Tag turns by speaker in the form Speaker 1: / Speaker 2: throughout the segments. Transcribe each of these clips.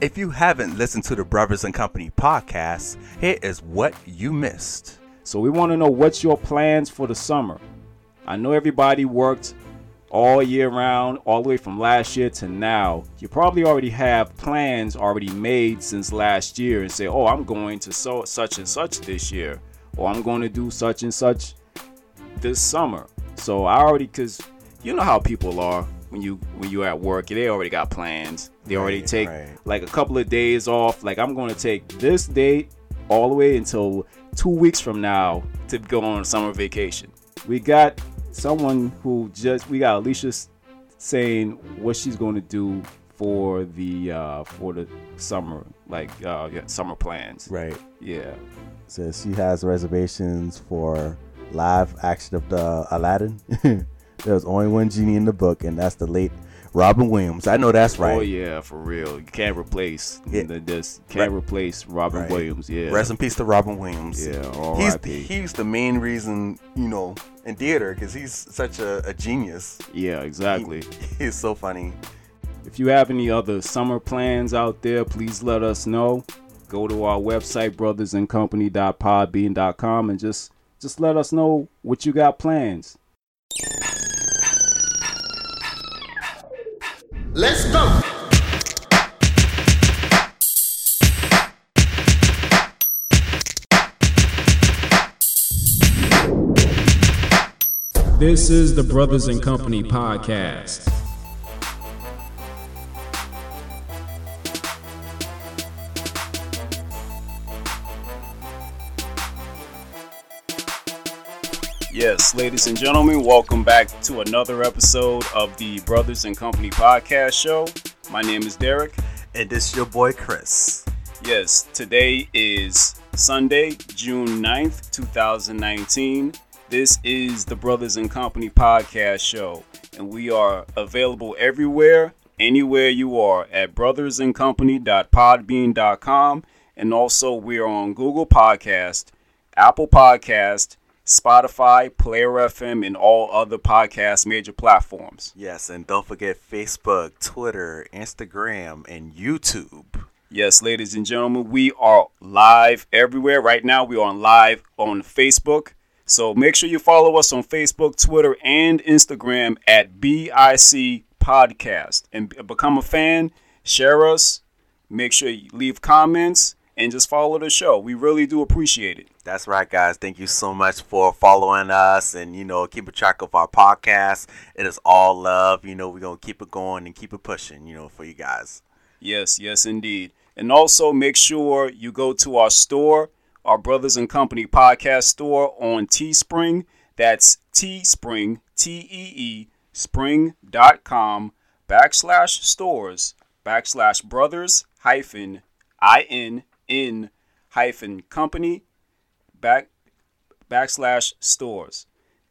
Speaker 1: If you haven't listened to the Brothers and Company podcast, here is what you missed.
Speaker 2: So we want to know what's your plans for the summer. I know everybody worked all year round, all the way from last year to now. You probably already have plans already made since last year and say, "Oh, I'm going to so such and such this year," or "I'm going to do such and such this summer." So I already cuz you know how people are when you when you at work, they already got plans. They already
Speaker 1: Right,
Speaker 2: take
Speaker 1: right.
Speaker 2: like a couple of days off. Like I'm going to take this date all the way until 2 weeks from now to go on summer vacation. We got someone who just we got Alicia s- saying what she's going to do for the uh for the summer like uh yeah, summer plans.
Speaker 3: Right.
Speaker 2: Yeah.
Speaker 3: Says she has reservations for live action of the Aladdin. There's only one genie in the book, and that's the late Robin Williams. I know that's right.
Speaker 2: Oh yeah, for real. You can't replace
Speaker 1: Yeah.
Speaker 2: the this can't replace Robin
Speaker 3: Right.
Speaker 2: Williams. Yeah.
Speaker 1: Rest in peace to Robin Williams.
Speaker 2: Yeah,
Speaker 1: he's
Speaker 2: R.I.P..
Speaker 1: he's the main reason you know in theater because he's such a, a genius.
Speaker 2: yeah, exactly.
Speaker 1: He's so funny.
Speaker 2: If you have any other summer plans out there, please let us know. Go to our website, brothersandcompany.podbean.com, and just just let us know what you got plans.
Speaker 4: Let's go.
Speaker 5: This is the Brothers and Company podcast.
Speaker 2: Yes, ladies and gentlemen, welcome back to another episode of the Brothers and Company podcast show. My name is Derek.
Speaker 1: And this your boy Chris.
Speaker 2: Yes, today is Sunday, June 9th, 2019. This is the Brothers and Company podcast show, and we are available everywhere, anywhere you are at brothersandcompany.podbean.com. And also, we are on Google Podcast, Apple Podcast, Spotify, Player FM, and all other podcast major platforms.
Speaker 1: Yes, and don't forget Facebook, Twitter, Instagram, and YouTube.
Speaker 2: Yes, ladies and gentlemen, we are live everywhere. Right now, we are on live on Facebook. So make sure you follow us on Facebook, Twitter, and Instagram at BIC Podcast and be- become a fan. Share us. Make sure you leave comments and just follow the show. We really do appreciate it.
Speaker 1: That's right, guys. Thank you so much for following us and, you know, keeping track of our podcast. It is all love. You know, we're going to keep it going and keep it pushing, you know, for you guys.
Speaker 2: Yes, yes, indeed. And also make sure you go to our store, our Brothers and Company podcast store on Teespring. That's Teespring, T E E, spring.com, backslash stores, backslash brothers hyphen I N N hyphen company, back backslash stores.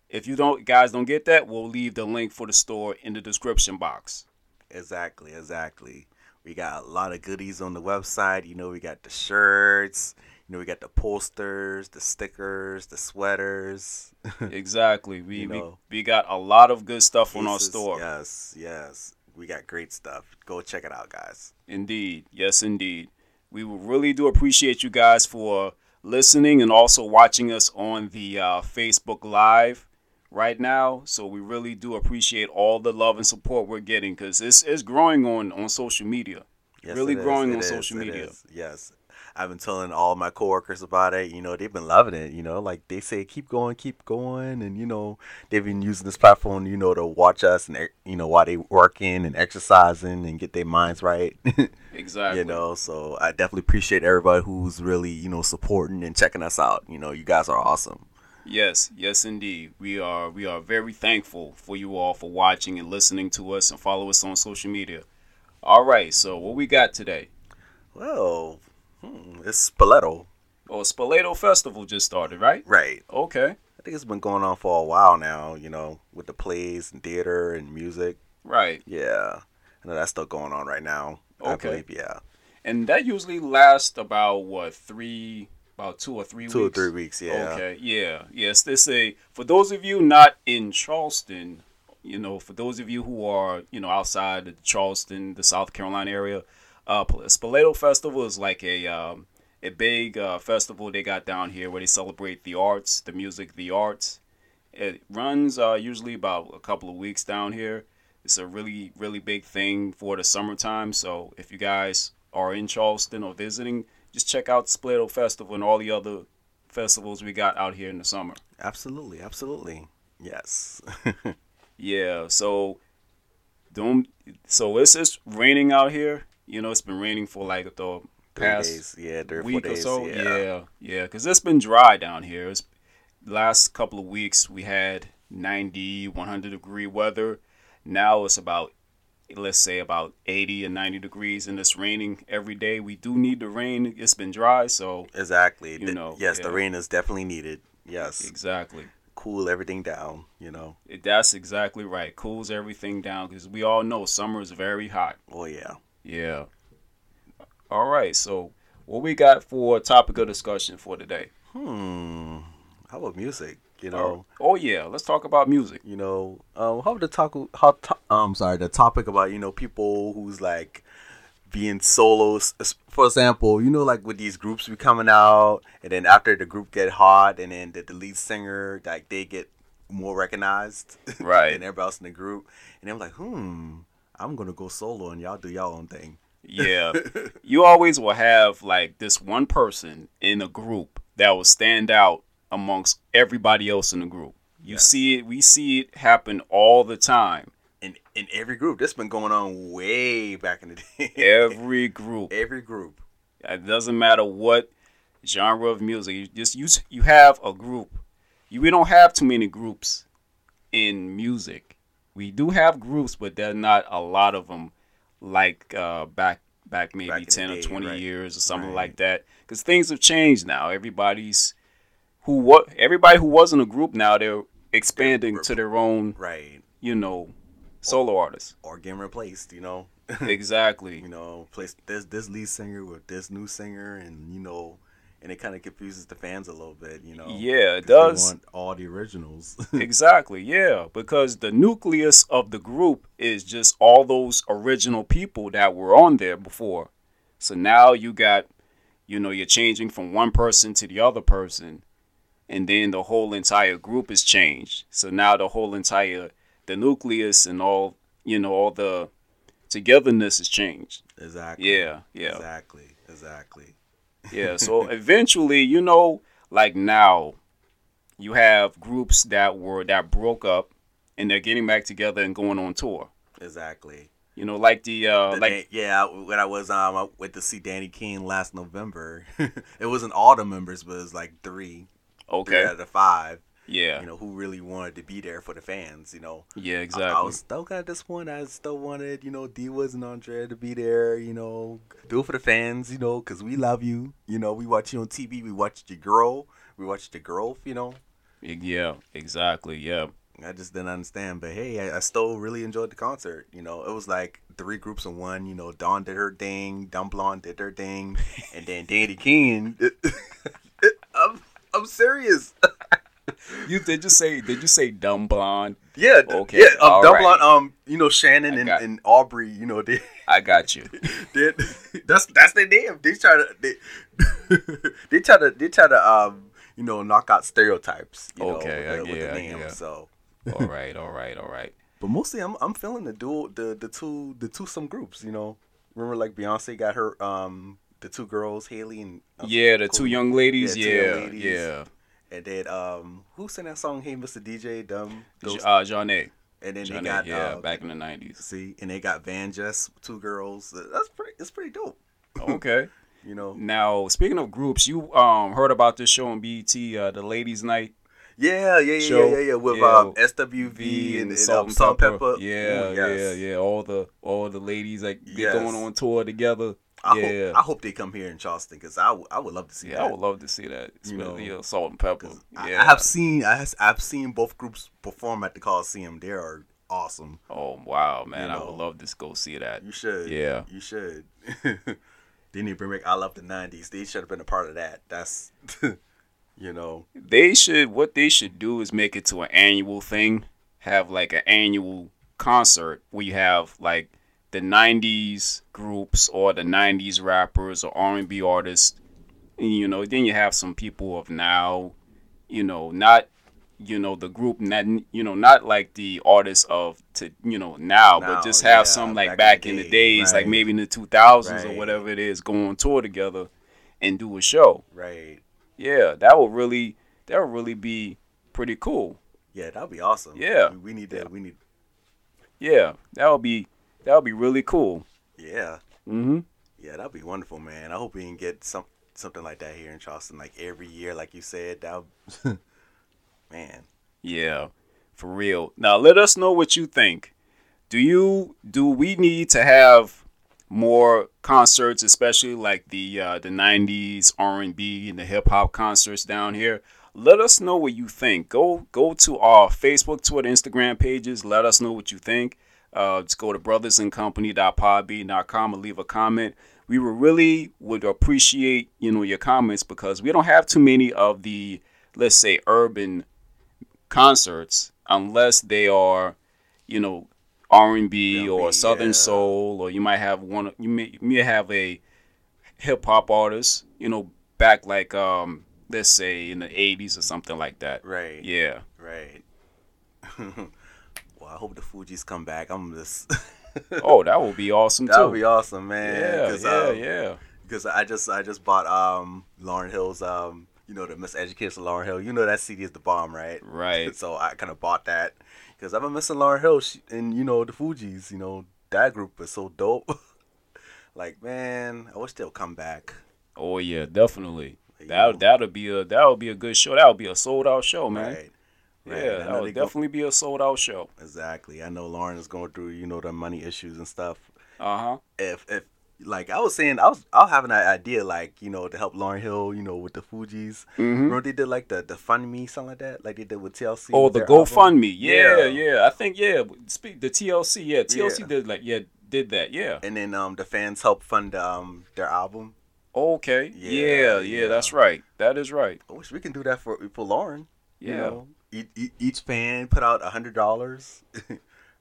Speaker 2: If you don't guys don't get that, we'll leave the link for the store in the description box.
Speaker 1: Exactly, exactly. We got a lot of goodies on the website. You know, we got the shirts, you know, we got the posters, the stickers, the sweaters.
Speaker 2: Exactly. We,
Speaker 1: You know.
Speaker 2: we we got a lot of good stuff on our
Speaker 1: Pieces.
Speaker 2: store.
Speaker 1: Yes, yes. We got great stuff. Go check it out, guys.
Speaker 2: Indeed. Yes, indeed. We will really do appreciate you guys for listening and also watching us on the uh, Facebook Live right now. So we really do appreciate all the love and support we're getting because it's, it's growing on, on social media.
Speaker 1: Yes,
Speaker 2: really
Speaker 1: it is,
Speaker 2: growing
Speaker 1: it
Speaker 2: on
Speaker 1: is,
Speaker 2: social
Speaker 1: it
Speaker 2: media.
Speaker 1: is, Yes. I've been telling all my coworkers about it. You know, they've been loving it. You know, like they say, keep going, keep going. And, you know, they've been using this platform, you know, to watch us and, e, you know, while they working and exercising and get their minds right.
Speaker 2: Exactly.
Speaker 1: you know, so I definitely appreciate everybody who's really, you know, supporting and checking us out. You know, you guys are awesome.
Speaker 2: Yes, yes indeed. We are we are very thankful for you all for watching and listening to us and follow us on social media. All right, so what we got today?
Speaker 1: Well, hmm, it's Spoleto.
Speaker 2: Oh, Spoleto Festival just started, right?
Speaker 1: Right.
Speaker 2: Okay.
Speaker 1: I think it's been going on for a while now, you know, with the plays and theater and music.
Speaker 2: Right.
Speaker 1: Yeah. I know that's still going on right now. I
Speaker 2: Okay.
Speaker 1: believe, yeah.
Speaker 2: And that usually lasts about what, three about two or three
Speaker 1: Two or
Speaker 2: weeks?
Speaker 1: three weeks, yeah.
Speaker 2: Okay, yeah. Yes, they say for those of you not in Charleston, you know, for those of you who are, you know, outside of Charleston, the South Carolina area, Uh, Spoleto Festival is like a um, a big uh, festival they got down here where they celebrate the arts, the music, the arts. It runs uh, usually about a couple of weeks down here. It's a really really big thing for the summertime. So if you guys are in Charleston or visiting, just check out Spoleto Festival and all the other festivals we got out here in the summer.
Speaker 1: Absolutely, absolutely. Yes.
Speaker 2: Yeah, so don't. So it's it's raining out here. You know, it's been raining for like the
Speaker 1: Three
Speaker 2: past
Speaker 1: days. Yeah, three, four
Speaker 2: week or
Speaker 1: days.
Speaker 2: so.
Speaker 1: yeah.
Speaker 2: yeah, because it's been dry down here. It's last couple of weeks we had 90, 100 degree weather. Now it's about let's say about 80 and 90 degrees, and it's raining every day. We do need the rain. It's been dry, so
Speaker 1: Exactly.
Speaker 2: You
Speaker 1: The-
Speaker 2: know,
Speaker 1: yes, the
Speaker 2: yeah.
Speaker 1: rain is definitely needed. Yes.
Speaker 2: exactly.
Speaker 1: Cool everything down, you know.
Speaker 2: That's exactly right. Cools everything down because we all know summer is very hot.
Speaker 1: Oh yeah.
Speaker 2: Yeah. All right. So, what we got for topic of discussion for today?
Speaker 1: Hmm. How about music? You know.
Speaker 2: Oh, oh yeah. Let's talk about music.
Speaker 1: you know, um, how the talk, how to, um, sorry, the topic about you know people who's like being solos. For example, you know, like with these groups be coming out, and then after the group get hot, and then the, the lead singer like they get more recognized,
Speaker 2: Right.
Speaker 1: than everybody else in the group, and I'm like, hmm, I'm gonna go solo, and y'all do y'all own thing.
Speaker 2: Yeah. you always will have like this one person in a group that will stand out amongst everybody else in the group. You see it. We see it happen all the time.
Speaker 1: In in every group, this been going on way back in the day.
Speaker 2: Every group.
Speaker 1: every group.
Speaker 2: It doesn't matter what genre of music. You just you s- you have a group. You we don't have too many groups in music. We do have groups, but there's not a lot of them like uh, back back maybe
Speaker 1: Back in the
Speaker 2: ten
Speaker 1: day,
Speaker 2: or twenty
Speaker 1: right.
Speaker 2: years or something
Speaker 1: Right.
Speaker 2: like that. Because things have changed now. Everybody's who what everybody who was in a group now they're expanding to their own
Speaker 1: Right.
Speaker 2: you know solo artists.
Speaker 1: Or getting replaced, you know.
Speaker 2: exactly.
Speaker 1: you know, place this this lead singer with this new singer, and you know, and it kind of confuses the fans a little bit, you know.
Speaker 2: Yeah,
Speaker 1: 'cause
Speaker 2: it
Speaker 1: they
Speaker 2: does.
Speaker 1: want all the originals.
Speaker 2: exactly yeah because the nucleus of the group is just all those original people that were on there before so now you got you know you're changing from one person to the other person and then the whole entire group is changed so now the whole entire the nucleus and all you know all the togetherness is changed
Speaker 1: exactly.
Speaker 2: yeah yeah
Speaker 1: Exactly. Exactly.
Speaker 2: yeah, so eventually, you know, like now, you have groups that were that broke up, and they're getting back together and going on tour.
Speaker 1: Exactly.
Speaker 2: You know, like the uh,
Speaker 1: The
Speaker 2: like
Speaker 1: day- yeah, I- when I was um, I went to see Danny King last November. it wasn't all the members, but it was like three, three
Speaker 2: okay,
Speaker 1: out of the five.
Speaker 2: yeah,
Speaker 1: You know, who really wanted to be there for the fans. You know,
Speaker 2: yeah,
Speaker 1: I-
Speaker 2: exactly.
Speaker 1: I was still kind of disappointed. I still wanted, you know, D was and Andrea to be there, you know, do it for the fans, you know, because we love you. You know, we watch you on TV. We watched your girl. We watched your girl, you know.
Speaker 2: E, yeah, exactly, yeah,
Speaker 1: I just didn't understand. But hey, I, I still really enjoyed the concert. You know, it was like three groups in one. You know, Dawn did her thing, Dumb Blonde did her thing, and then Danny King. I'm, I'm serious.
Speaker 2: You did you say did you say dumb blonde?
Speaker 1: Yeah. d-
Speaker 2: Okay,
Speaker 1: Yeah, um,
Speaker 2: all
Speaker 1: Dumb
Speaker 2: right.
Speaker 1: Blonde, um, you know, Shannon and,
Speaker 2: got-
Speaker 1: and Aubrey, you know, they.
Speaker 2: I got you.
Speaker 1: They- that's that's their name. They try to they, they try to they try to um you know knock out stereotypes. You
Speaker 2: Okay,
Speaker 1: know,
Speaker 2: I
Speaker 1: with, the- with
Speaker 2: get- I
Speaker 1: the name.
Speaker 2: get.
Speaker 1: So,
Speaker 2: all right, all right, all right.
Speaker 1: but mostly I'm I'm feeling the dual the the two the two some groups. You know, remember like Beyonce got her um the two girls Haley and um,
Speaker 2: Yeah, the two
Speaker 1: Chloe.
Speaker 2: young ladies.
Speaker 1: Yeah, two young
Speaker 2: Yeah,
Speaker 1: ladies.
Speaker 2: yeah.
Speaker 1: and then um who sang that song Hey Mr DJ Dumb Ghost?
Speaker 2: Uh, Johnny,
Speaker 1: and then they
Speaker 2: Johnny,
Speaker 1: got
Speaker 2: yeah,
Speaker 1: uh,
Speaker 2: back in the nineties.
Speaker 1: see and they got Van Jess two girls. That's pretty it's pretty dope.
Speaker 2: Okay.
Speaker 1: You know,
Speaker 2: Now, speaking of groups, you um heard about this show on BET, uh, the Ladies' Night.
Speaker 1: Yeah, yeah, yeah,
Speaker 2: show.
Speaker 1: yeah, yeah, yeah. With
Speaker 2: Yeah.
Speaker 1: um, SWV and, and um, Salt and Pepper.
Speaker 2: Yeah,
Speaker 1: Ooh, yes.
Speaker 2: yeah, yeah. All the all the ladies like they
Speaker 1: Yes.
Speaker 2: going on tour together.
Speaker 1: I
Speaker 2: yeah,
Speaker 1: hope I hope they come here in Charleston because I, w- I would love to see
Speaker 2: yeah.
Speaker 1: that.
Speaker 2: I would love to see that.
Speaker 1: You know,
Speaker 2: Especially yeah, salt and pepper.
Speaker 1: 'Cause
Speaker 2: Yeah.
Speaker 1: I, I have seen I has, I've seen both groups perform at the Coliseum. They are awesome.
Speaker 2: oh wow, man!
Speaker 1: you
Speaker 2: I
Speaker 1: know.
Speaker 2: would love to go see that.
Speaker 1: You should.
Speaker 2: Yeah.
Speaker 1: You should. they need to bring back I love the '90s. They should have been a part of that. That's you know
Speaker 2: They should. What they should do is make it to an annual thing. Have like an annual concert where you have like. The the 90s groups or the 90s rappers or R&B artists and, you know then you have some people of now you know not you know the group not you know not like the artists of to you know now,
Speaker 1: Now,
Speaker 2: but just have
Speaker 1: yeah,
Speaker 2: some like back, in the,
Speaker 1: day,
Speaker 2: days like
Speaker 1: right.
Speaker 2: maybe in the 2000s or
Speaker 1: Right.
Speaker 2: whatever it is go on tour together and do a show
Speaker 1: Right.
Speaker 2: yeah that would really that would really be pretty cool
Speaker 1: Yeah, that'd be awesome.
Speaker 2: Yeah.
Speaker 1: We, we need that. We need.
Speaker 2: yeah that would be that would be really cool
Speaker 1: Yeah.
Speaker 2: mm-hmm
Speaker 1: Yeah, that'd be wonderful, man. I hope we can get some something like that here in Charleston, like every year, like you said. That, would- man.
Speaker 2: Yeah, for real. Now let us know what you think. Do you do we need to have more concerts, especially like the uh, the '90s R&B and the hip hop concerts down here? Let us know what you think. Go go to our Facebook, Twitter, Instagram pages. Let us know what you think. Uh, just go to brothersandcompany.podbean.com and leave a comment. We would really would appreciate you know your comments because we don't have too many of the let's say urban concerts unless they are, you know, R and B or
Speaker 1: R&B,
Speaker 2: Southern
Speaker 1: yeah.
Speaker 2: Soul, or you might have one. You may you may have a hip hop artist, you know, back like um, let's say in the '80s or something like that.
Speaker 1: Right.
Speaker 2: Yeah.
Speaker 1: Right. well, I hope the Fuji's come back. I'm just.
Speaker 2: Oh, that would be awesome
Speaker 1: that
Speaker 2: too.
Speaker 1: would be awesome, man.
Speaker 2: yeah,
Speaker 1: 'Cause,
Speaker 2: yeah,
Speaker 1: um,
Speaker 2: yeah.
Speaker 1: because I just I just bought um Lauren Hill's um you know the Miseducation of Lauren Hill. You know that CD is the bomb, right?
Speaker 2: Right.
Speaker 1: so I kind of bought that because I've been missing Lauren Hill she, and you know the Fugees. You know that group is so dope. like man, I wish they'll come back.
Speaker 2: Oh yeah, definitely.
Speaker 1: There you
Speaker 2: That
Speaker 1: go.
Speaker 2: that'll be a that'll be a good show. That'll be a sold out show, Oh, man.
Speaker 1: Right. Right. I know
Speaker 2: Yeah, that
Speaker 1: they
Speaker 2: would
Speaker 1: go-
Speaker 2: definitely be a sold out show.
Speaker 1: Exactly. I know Lauren is going through you know the money issues and stuff.
Speaker 2: Uh huh.
Speaker 1: if if like I was saying, I was I was having an idea like you know to help Lauren Hill, you know, with the Fugees.
Speaker 2: Mm-hmm.
Speaker 1: Remember they did like the the Fund Me something like that, like they did with TLC.
Speaker 2: Oh,
Speaker 1: with
Speaker 2: the
Speaker 1: their album?
Speaker 2: GoFundMe. Yeah, yeah, I think yeah. Speak the TLC. Yeah, TLC
Speaker 1: Yeah.
Speaker 2: did like yeah did that. Yeah.
Speaker 1: And then um the fans helped fund um their album.
Speaker 2: Okay. Yeah,
Speaker 1: Yeah,
Speaker 2: yeah,
Speaker 1: yeah.
Speaker 2: That's right. That is right.
Speaker 1: I wish we can do that for for Lauren.
Speaker 2: Yeah.
Speaker 1: You know? E- e- each fan put out a hundred dollars.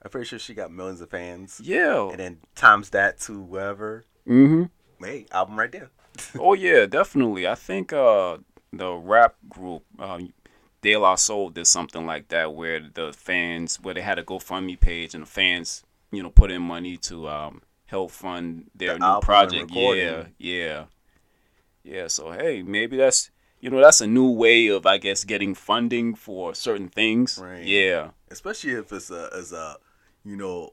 Speaker 1: I'm pretty sure she got millions of fans.
Speaker 2: Yeah.
Speaker 1: And then times that to whoever.
Speaker 2: Mm-hmm.
Speaker 1: Hey, album right there.
Speaker 2: oh yeah, definitely. I think uh the rap group uh, De La Soul did something like that where the fans where they had a GoFundMe page and the fans you know put in money to um help fund their
Speaker 1: The
Speaker 2: new
Speaker 1: album and
Speaker 2: project. Yeah,
Speaker 1: recording.
Speaker 2: yeah, yeah. So hey, maybe that's you know that's a new way of I guess getting funding for certain things.
Speaker 1: Right.
Speaker 2: Yeah.
Speaker 1: especially if it's a as a you know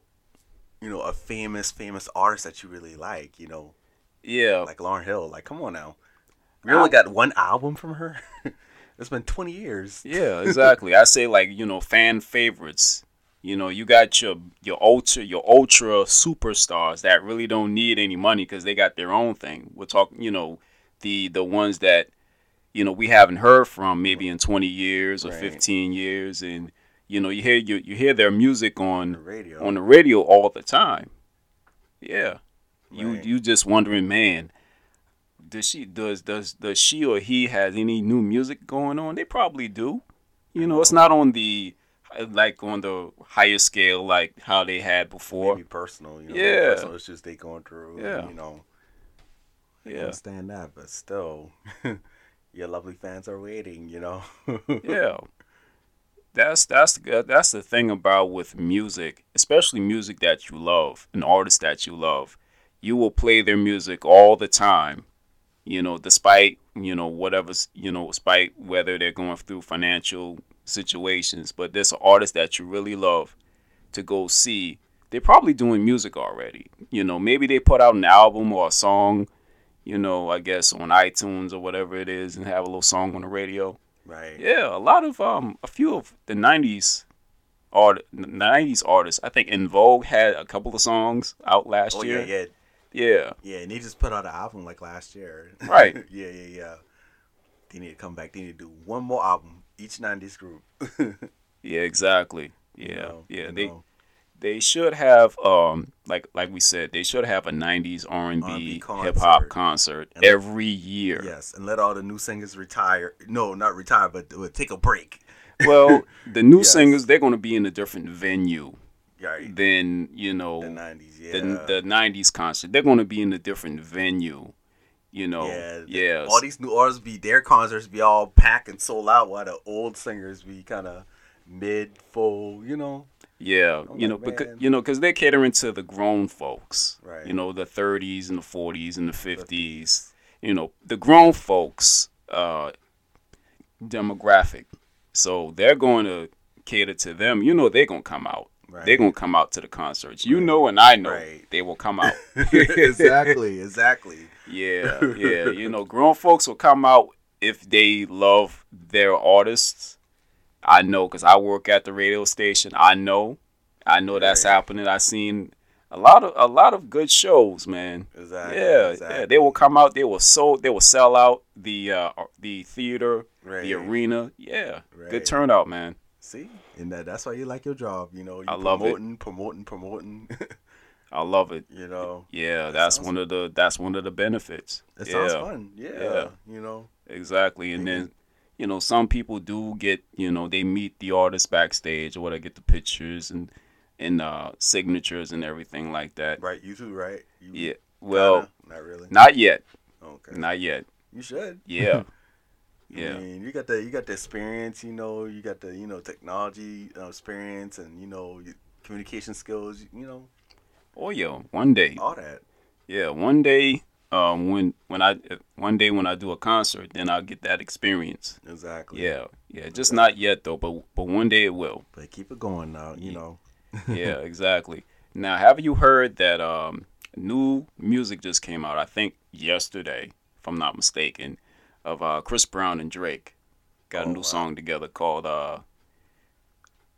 Speaker 1: you know a famous famous artist that you really like you know
Speaker 2: Yeah,
Speaker 1: like Lauren Hill like come on now we only got one album from her it's been 20 years
Speaker 2: Yeah, exactly. I say like you know fan favorites. You know, you got your your ultra your ultra superstars that really don't need any money because they got their own thing. We're talking, you know, the the ones that you know we haven't heard from maybe in twenty years or
Speaker 1: Right.
Speaker 2: fifteen years, and you know you hear you you hear their music on
Speaker 1: the radio
Speaker 2: on the radio all the time. Yeah. You
Speaker 1: Right.
Speaker 2: you just wondering, man, does she does does does she or he has any new music going on? They probably do. You know, it's not on the like on the higher scale like how they had before.
Speaker 1: maybe personal you know
Speaker 2: Yeah.
Speaker 1: personal issues they going through and,
Speaker 2: Yeah.
Speaker 1: you know I
Speaker 2: Yeah.
Speaker 1: understand that but still your lovely fans are waiting you know
Speaker 2: yeah that's that's that's the thing about with music especially music that you love an artist that you love you will play their music all the time you know despite you know whatever's you know despite whether they're going through financial situations but there's an artist that you really love to go see they're probably doing music already you know maybe they put out an album or a song you know i guess on itunes or whatever it is and have a little song on the radio
Speaker 1: right
Speaker 2: yeah, a lot of um, a few of the '90s art, '90s artists. I think In Vogue had a couple of songs out last
Speaker 1: oh
Speaker 2: year.
Speaker 1: yeah yeah
Speaker 2: yeah,
Speaker 1: yeah and they just put out an album like last year
Speaker 2: Right.
Speaker 1: yeah yeah yeah they need to come back they need to do one more album each 90s group
Speaker 2: yeah, exactly. Yeah,
Speaker 1: you know,
Speaker 2: yeah.
Speaker 1: you
Speaker 2: They
Speaker 1: know,
Speaker 2: they should have um, like like we said, they should have a '90s
Speaker 1: R&B
Speaker 2: R&B hip
Speaker 1: concert.
Speaker 2: hop concert
Speaker 1: And-
Speaker 2: every year.
Speaker 1: yes, and let all the new singers retire. No, not retire, but, but take a break.
Speaker 2: Well, the new
Speaker 1: Yes.
Speaker 2: singers they're going to be in a different venue.
Speaker 1: Right.
Speaker 2: than you know
Speaker 1: The nineties, yeah.
Speaker 2: the, the 90s concert they're going to be in a different venue you know
Speaker 1: yeah,
Speaker 2: yeah
Speaker 1: the- All these new artists be their concerts be all packed and sold out, while the old singers be kind of mid full. You know,
Speaker 2: yeah
Speaker 1: I'm
Speaker 2: you know
Speaker 1: like,
Speaker 2: because
Speaker 1: man.
Speaker 2: you know because they're catering to the grown folks
Speaker 1: Right.
Speaker 2: you know the 30s and the 40s and the 50s you know the grown folks uh demographic so they're going to cater to them you know they're going to come out
Speaker 1: Right.
Speaker 2: they're going to come out to the concerts you know and i know
Speaker 1: Right.
Speaker 2: they will come out
Speaker 1: exactly, exactly.
Speaker 2: Yeah, yeah. You know, grown folks will come out if they love their artists. I know because I work at the radio station. I know, I know that's
Speaker 1: Right.
Speaker 2: happening. I seen a lot of a lot of good shows, man.
Speaker 1: Exactly,
Speaker 2: Yeah, yeah. They
Speaker 1: exactly.
Speaker 2: will come out. They will sold. They will sell out the uh, the theater,
Speaker 1: Right.
Speaker 2: the arena. Yeah, good
Speaker 1: Right.
Speaker 2: turnout, man.
Speaker 1: See, and that, that's why you like your job. You know, you
Speaker 2: I love it.
Speaker 1: promoting, promoting, promoting.
Speaker 2: I love it.
Speaker 1: you know,
Speaker 2: Yeah,
Speaker 1: That
Speaker 2: that's
Speaker 1: sounds-
Speaker 2: one of the that's one of the benefits.
Speaker 1: it
Speaker 2: yeah.
Speaker 1: sounds fun. Yeah,
Speaker 2: Yeah.
Speaker 1: you know,
Speaker 2: Exactly. And then, you know, some people do get, you know, they meet the artist backstage or whatever, get the pictures and and uh signatures and everything like that.
Speaker 1: right? You too, right? You
Speaker 2: Yeah. Well,
Speaker 1: kinda? not really.
Speaker 2: not yet.
Speaker 1: okay,
Speaker 2: Not yet.
Speaker 1: you should.
Speaker 2: Yeah.
Speaker 1: I
Speaker 2: yeah.
Speaker 1: mean, you got the you got the experience, you know, you got the you know technology uh, experience, and you know you- communication skills, you- you know,
Speaker 2: Oh yeah, one day.
Speaker 1: all that.
Speaker 2: Yeah, one day um when when I one day when I do a concert, then I'll get that experience.
Speaker 1: Exactly.
Speaker 2: Yeah. Yeah, just not yet though, but but one day it will.
Speaker 1: But keep it going now, you know.
Speaker 2: yeah, exactly. Now, have you heard that um, new music just came out? I think yesterday, if I'm not mistaken, of uh, Chris Brown and Drake got a
Speaker 1: Oh,
Speaker 2: new
Speaker 1: wow.
Speaker 2: song together called uh,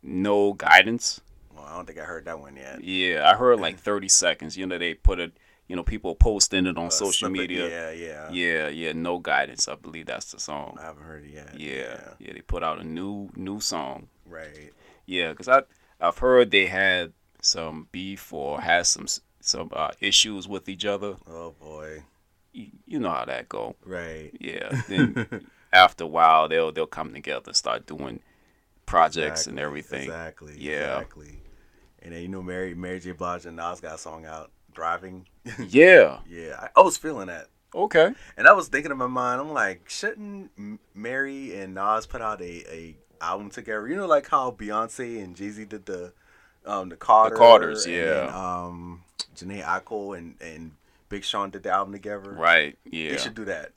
Speaker 2: "No Guidance."
Speaker 1: Well, I don't think I heard that one yet.
Speaker 2: Yeah, I heard like 30 seconds. You know, they put it. You know, people posting it on
Speaker 1: Uh,
Speaker 2: social
Speaker 1: slip it-
Speaker 2: media.
Speaker 1: Yeah, yeah,
Speaker 2: yeah, yeah. No guidance. I believe that's the song.
Speaker 1: I haven't heard it yet.
Speaker 2: yeah, yeah. They put out a new new song.
Speaker 1: Right.
Speaker 2: Yeah, because I I've heard they had some beef or had some s- some uh, issues with each other.
Speaker 1: Oh boy.
Speaker 2: You, you know how that go.
Speaker 1: Right.
Speaker 2: Yeah. Then after a while, they'll they'll come together, start doing projects and
Speaker 1: Exactly,
Speaker 2: everything.
Speaker 1: Exactly.
Speaker 2: Yeah.
Speaker 1: Exactly. And then you know Mary Mary J. Blige and Nas got a song out, Driving.
Speaker 2: Yeah.
Speaker 1: Yeah. I, I was feeling that.
Speaker 2: Okay.
Speaker 1: And I was thinking in my mind, I'm like, shouldn't M- Mary and Nas put out a, a album together? You know, like how Beyonce and Jay Z did the um the Carter,
Speaker 2: Carters,
Speaker 1: and
Speaker 2: yeah.
Speaker 1: then, um, Janae Aiko and and Big Sean did the album together.
Speaker 2: Right.
Speaker 1: They
Speaker 2: Yeah.
Speaker 1: should do that.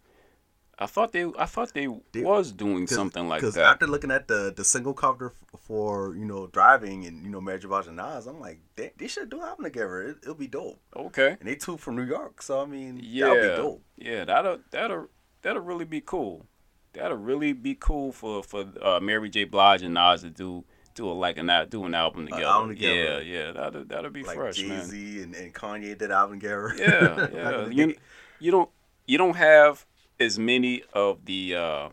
Speaker 2: I thought they I thought they,
Speaker 1: They-
Speaker 2: was doing
Speaker 1: 'Cause-
Speaker 2: something like
Speaker 1: 'cause
Speaker 2: that.
Speaker 1: after looking at the the single cover f- for you know driving and you know Mary J. Blige and Nas, I'm like, they, they should do an album together. It, it'll be dope.
Speaker 2: okay.
Speaker 1: And they two from New York, so I mean,
Speaker 2: Yeah.
Speaker 1: that'll be dope.
Speaker 2: Yeah. That'll that'll that'll really be cool. That'll really be cool for for uh, Mary J. Blige and Nas to do do a, like an al- do an album together.
Speaker 1: album together.
Speaker 2: Yeah. Yeah. That'll that'll be
Speaker 1: Like
Speaker 2: fresh,
Speaker 1: Jay
Speaker 2: man.
Speaker 1: Z and, and Kanye did an album together.
Speaker 2: Yeah.
Speaker 1: I
Speaker 2: Yeah.
Speaker 1: didn't
Speaker 2: you,
Speaker 1: think-
Speaker 2: you don't you don't have as many of the uh,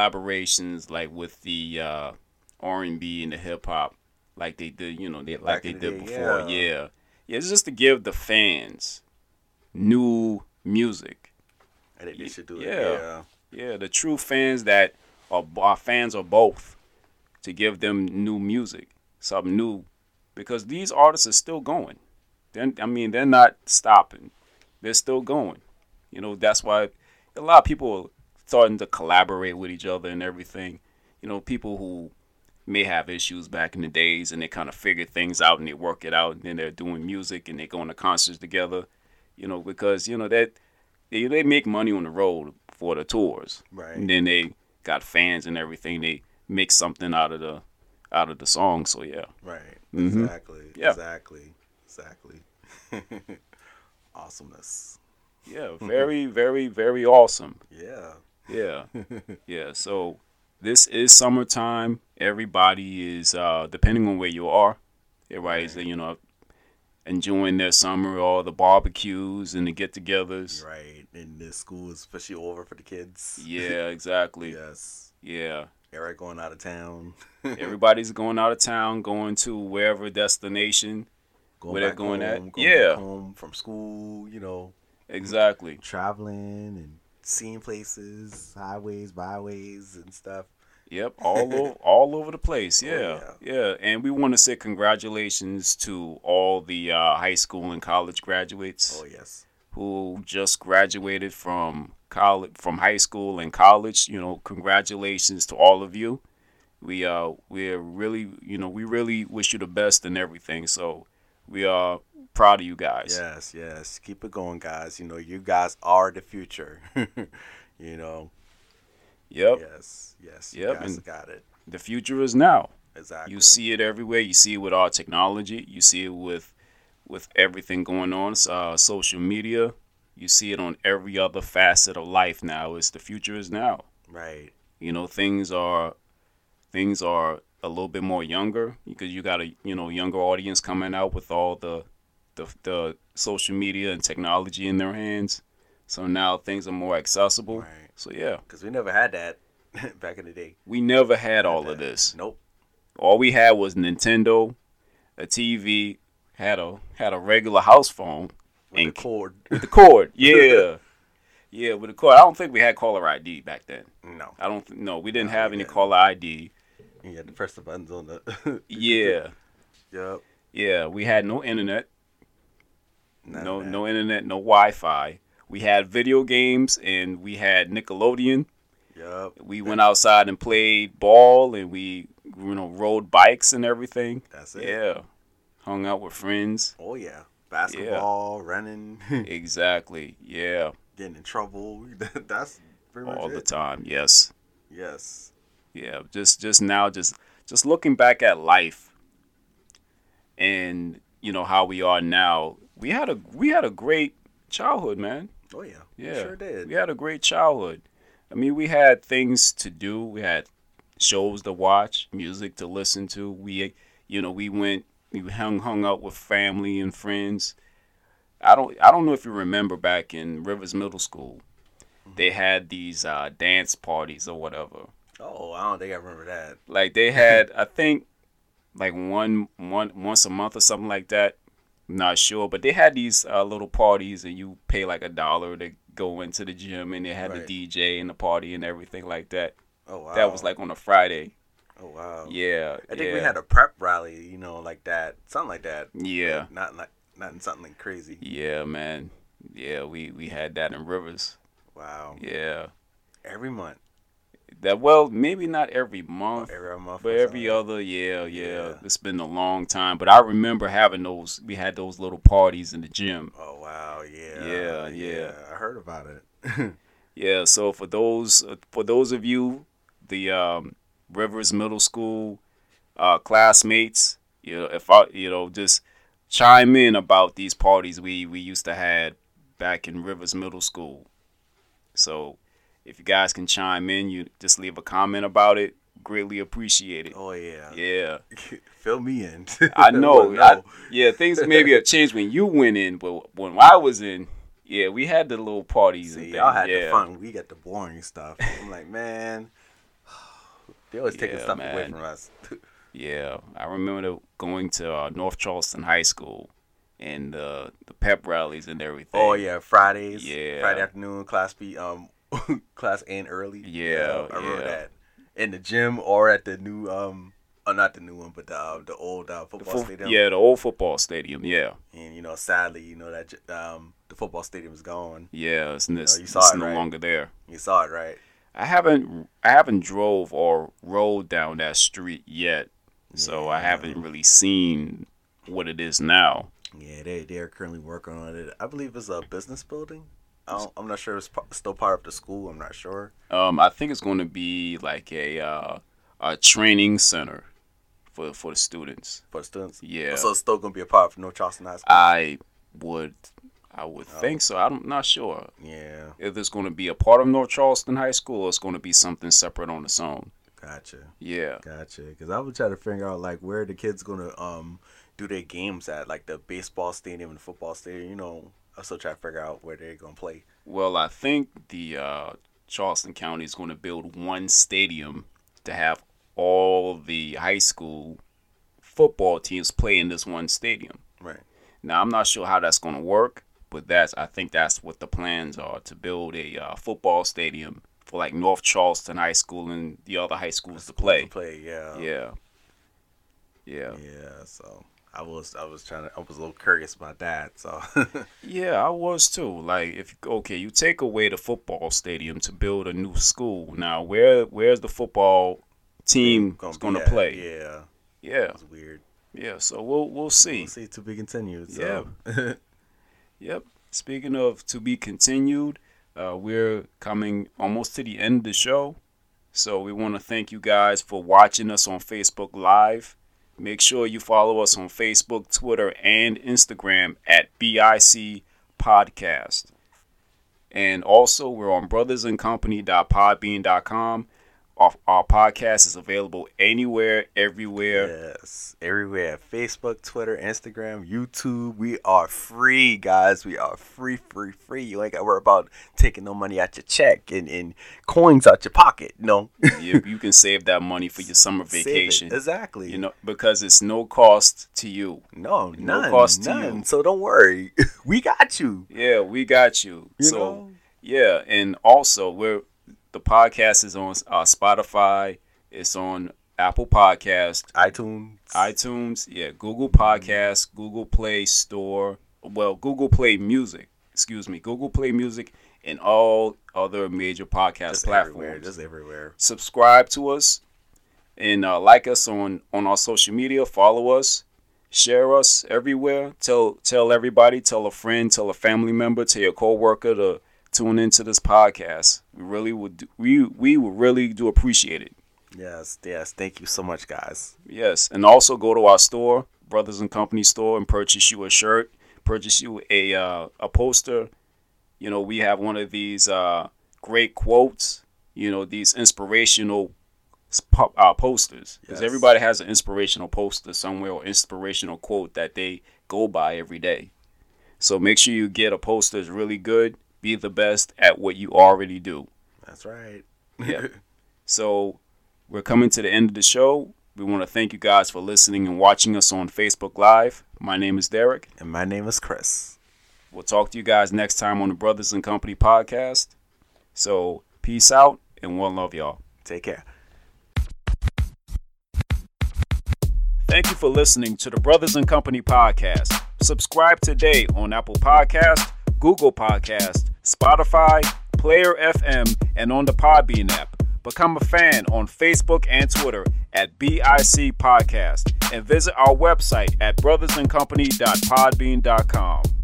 Speaker 2: collaborations like with the uh, R and B and the hip hop like they did. You know, they, like
Speaker 1: Back
Speaker 2: they
Speaker 1: in the
Speaker 2: did
Speaker 1: day,
Speaker 2: before.
Speaker 1: yeah.
Speaker 2: yeah. Yeah. It's just to give the fans new music.
Speaker 1: I think they should do it.
Speaker 2: Yeah.
Speaker 1: Yeah.
Speaker 2: Yeah, the true fans that are, are fans of both to give them new music, something new, because these artists are still going. Then I mean, they're not stopping; they're still going. You know, that's why a lot of people are starting to collaborate with each other and everything. You know, people who may have issues back in the days and they kind of figure things out and they work it out and then they're doing music and they're going to concerts together. You know, because you know that they, they make money on the road for the tours.
Speaker 1: Right.
Speaker 2: And then they got fans and everything. They make something out of the out of the song. So yeah.
Speaker 1: Right.
Speaker 2: Mhm.
Speaker 1: Exactly.
Speaker 2: Yeah.
Speaker 1: Exactly. Exactly. Awesomeness.
Speaker 2: Yeah. Very, very, very awesome.
Speaker 1: Yeah.
Speaker 2: Yeah. yeah. So this is summertime. Everybody is uh depending on where you are, everybody's you know enjoying their summer, all the barbecues and the get togethers.
Speaker 1: Right. And the school is especially over for the kids.
Speaker 2: Yeah, exactly.
Speaker 1: Yes.
Speaker 2: yeah.
Speaker 1: Eric going out of town.
Speaker 2: Everybody's going out of town, going to wherever destination.
Speaker 1: Going
Speaker 2: Where they're
Speaker 1: back
Speaker 2: going at?
Speaker 1: home,
Speaker 2: Yeah.
Speaker 1: back home from school, you know,
Speaker 2: Exactly.
Speaker 1: traveling and seeing places, highways, byways and stuff.
Speaker 2: Yep, all over, all over the place. Yeah, yeah, And we want to say congratulations to all the uh, high school and college graduates
Speaker 1: Oh yes.
Speaker 2: who just graduated from college, from high school and college. You know, congratulations to all of you. We uh, we're really, you know, we really wish you the best in everything. So we are proud of you guys.
Speaker 1: Yes, yes. Keep it going, guys. You know, you guys are the future. you know.
Speaker 2: Yep,
Speaker 1: Yes, yes. You
Speaker 2: Yep,
Speaker 1: guys
Speaker 2: and-
Speaker 1: got it.
Speaker 2: the future is now.
Speaker 1: Exactly.
Speaker 2: You see it everywhere. You see it with our technology. You see it with with everything going on, uh, social media. You see it on every other facet of life now. It's the future is now.
Speaker 1: right.
Speaker 2: You know, things are things are a little bit more younger because you got a you know younger audience coming out with all the the, the social media and technology in their hands. So now things are more accessible.
Speaker 1: Right.
Speaker 2: So yeah,
Speaker 1: Because we never had that back in the day.
Speaker 2: we never had all of this.
Speaker 1: Nope.
Speaker 2: All we had was Nintendo, a TV, had a had a regular house phone,
Speaker 1: With
Speaker 2: and
Speaker 1: the cord.
Speaker 2: the cord. Yeah, yeah, with the cord. I don't think we had caller ID back then.
Speaker 1: no.
Speaker 2: I don't. Th- no, we didn't
Speaker 1: No,
Speaker 2: have
Speaker 1: we
Speaker 2: any
Speaker 1: didn't.
Speaker 2: caller ID.
Speaker 1: You had to press the buttons on the.
Speaker 2: Yeah,
Speaker 1: yep.
Speaker 2: yeah, we had no internet.
Speaker 1: None of
Speaker 2: no,
Speaker 1: that.
Speaker 2: no internet, no Wi-Fi. We had video games, and we had Nickelodeon.
Speaker 1: Yep.
Speaker 2: We went outside and played ball, and we you know rode bikes and everything.
Speaker 1: That's it.
Speaker 2: Yeah, hung out with friends.
Speaker 1: Oh yeah. Basketball, running,
Speaker 2: Exactly. Yeah.
Speaker 1: getting in trouble. That's pretty much
Speaker 2: All the
Speaker 1: it.
Speaker 2: time. Yes.
Speaker 1: Yes.
Speaker 2: Yeah. Just just now just just looking back at life and you know how we are now. We had a we had a great childhood, man.
Speaker 1: Oh yeah. We
Speaker 2: Yeah.
Speaker 1: Sure did.
Speaker 2: We had a great childhood. I mean, we had things to do. We had shows to watch, music to listen to. We, you know, we went, we hung hung out with family and friends. I don't, I don't know if you remember back in Rivers Middle School, they had these uh, dance parties or whatever.
Speaker 1: Oh, I don't think I remember that.
Speaker 2: Like they had, I think, like one one once a month or something like that. Not sure, but they had these uh, little parties, and you pay like a dollar to go into the gym, and they had
Speaker 1: Right.
Speaker 2: the DJ and the party and everything like that.
Speaker 1: Oh wow.
Speaker 2: That was like on a Friday.
Speaker 1: Oh wow.
Speaker 2: Yeah,
Speaker 1: I think
Speaker 2: yeah,
Speaker 1: we had a prep rally, you know, like that, something like that.
Speaker 2: yeah,
Speaker 1: Not like not in something like crazy.
Speaker 2: yeah, man. Yeah, we we had that in Rivers.
Speaker 1: Wow.
Speaker 2: Yeah,
Speaker 1: Every month.
Speaker 2: that well maybe not every month,
Speaker 1: Every other month. Oh,
Speaker 2: but
Speaker 1: or
Speaker 2: every
Speaker 1: something.
Speaker 2: other. Yeah, yeah,
Speaker 1: Yeah.
Speaker 2: It's been a long time, but I remember having those. We had those little parties in the gym.
Speaker 1: Oh wow, yeah.
Speaker 2: Yeah, yeah.
Speaker 1: I heard about it.
Speaker 2: Yeah, so for those for those of you, the um, Rivers Middle School uh, classmates, you know, if I you know just chime in about these parties we we used to had back in Rivers Middle School. So if you guys can chime in, you just leave a comment about it. Greatly appreciate it.
Speaker 1: oh yeah.
Speaker 2: Yeah,
Speaker 1: Fill me in.
Speaker 2: I know.
Speaker 1: wanna
Speaker 2: I- yeah, things maybe have changed when you went in, but when I was in, yeah, we had the little parties. and
Speaker 1: See,
Speaker 2: things.
Speaker 1: y'all had
Speaker 2: yeah.
Speaker 1: the fun. We got the boring stuff. I'm like, man, they always taking
Speaker 2: Yeah,
Speaker 1: stuff away
Speaker 2: man.
Speaker 1: from us.
Speaker 2: Yeah, I remember going to uh, North Charleston High School and uh, the pep rallies and everything.
Speaker 1: oh yeah, Fridays.
Speaker 2: Yeah.
Speaker 1: Friday afternoon, class B, um, class A and early.
Speaker 2: Yeah,
Speaker 1: I remember
Speaker 2: yeah.
Speaker 1: that. In the gym or at the new um, oh not the new one, but the uh, the old uh, football
Speaker 2: Fo-
Speaker 1: stadium.
Speaker 2: yeah, the old football stadium. Yeah,
Speaker 1: And you know, sadly, you know that j- um, the football stadium is gone.
Speaker 2: yeah, it's, it's,
Speaker 1: Oh, you
Speaker 2: it's
Speaker 1: saw it,
Speaker 2: no
Speaker 1: right?
Speaker 2: longer there.
Speaker 1: You saw it, right?
Speaker 2: I haven't I haven't drove or rode down that street yet, so I haven't really seen what it is now.
Speaker 1: Yeah, they they are currently working on it. I believe it's a business building. I don't, I'm not sure it's pa- still part of the school. I'm not sure.
Speaker 2: Um, I think it's going to be like a uh, a training center for for the students.
Speaker 1: for the students.
Speaker 2: Yeah.
Speaker 1: So it's still gonna be a part of North Charleston High School.
Speaker 2: I would I would
Speaker 1: Oh.
Speaker 2: think so. I'm not sure.
Speaker 1: yeah.
Speaker 2: if it's going to be a part of North Charleston High School or it's going to be something separate on its own.
Speaker 1: Gotcha.
Speaker 2: Yeah.
Speaker 1: Gotcha. Because I was trying to figure out like where the kids gonna um do their games at, like the baseball stadium and the football stadium. You know, I still trying to figure out where they're gonna play.
Speaker 2: Well, I think the uh, Charleston County is going to build one stadium to have all the high school football teams play in this one stadium.
Speaker 1: Right.
Speaker 2: Now, I'm not sure how that's going to work, but that's I think that's what the plans are to build a uh, football stadium for like North Charleston High School and the other high schools to play.
Speaker 1: Play, yeah.
Speaker 2: Yeah. Yeah.
Speaker 1: Yeah, so I was I was trying to I was a little curious about that. So
Speaker 2: Yeah, I was too. Like, if okay, you take away the football stadium to build a new school. Now, where where's the football team
Speaker 1: Gonna
Speaker 2: is
Speaker 1: be
Speaker 2: going to
Speaker 1: that.
Speaker 2: play?
Speaker 1: Yeah.
Speaker 2: Yeah,
Speaker 1: It's weird.
Speaker 2: yeah. So we'll we'll see.
Speaker 1: We'll see to be continued. So.
Speaker 2: Yeah. Yep. Speaking of to be continued, uh, we're coming almost to the end of the show. So we want to thank you guys for watching us on Facebook Live. Make sure you follow us on Facebook, Twitter, and Instagram at BIC Podcast. And also, we're on brothersandcompany.podbean.com. Our, our podcast is available anywhere, everywhere.
Speaker 1: Yes, everywhere. Facebook, Twitter, Instagram, YouTube. We are free, guys. We are free, free, free. You ain't got to worry about taking no money out your check and, and coins out your pocket. No.
Speaker 2: you, you can save that money for your summer
Speaker 1: Save it.
Speaker 2: vacation.
Speaker 1: Exactly.
Speaker 2: You know, because it's no cost to you.
Speaker 1: no,
Speaker 2: no
Speaker 1: none.
Speaker 2: cost to
Speaker 1: none.
Speaker 2: you.
Speaker 1: So don't worry. we got you.
Speaker 2: Yeah, we got you.
Speaker 1: You
Speaker 2: so
Speaker 1: know?
Speaker 2: yeah, and also we're the podcast is on uh, Spotify. It's on Apple Podcast,
Speaker 1: iTunes.
Speaker 2: iTunes, yeah, Google Podcast, Google Play Store, well, Google Play Music. Excuse me, Google Play Music, and all other major podcast
Speaker 1: just
Speaker 2: platforms.
Speaker 1: everywhere. Just everywhere.
Speaker 2: subscribe to us and uh, like us on on our social media follow us share us everywhere tell tell everybody tell a friend tell a family member tell your coworker to tune into this podcast we really would do, we we would really do appreciate it
Speaker 1: Yes, yes. Thank you so much, guys.
Speaker 2: yes and also go to our store brothers and company store and purchase you a shirt purchase you a uh, a poster you know we have one of these uh, great quotes you know these inspirational s- po- uh, posters because
Speaker 1: Yes.
Speaker 2: everybody has an inspirational poster somewhere or inspirational quote that they go by every day so make sure you get a poster that's really good be the best at what you already do
Speaker 1: That's right.
Speaker 2: yeah. So we're coming to the end of the show. We want to thank you guys for listening and watching us on Facebook Live. My name is Derek.
Speaker 1: And my name is Chris.
Speaker 2: We'll talk to you guys next time on the Brothers and Company podcast. So peace out and one love, y'all.
Speaker 1: Take care.
Speaker 2: Thank you for listening to the Brothers and Company podcast. Subscribe today on Apple Podcast, Google Podcast, Spotify, Player FM, and on the Podbean app. Become a fan on Facebook and Twitter at BIC Podcast and visit our website at brothersandcompany.podbean.com.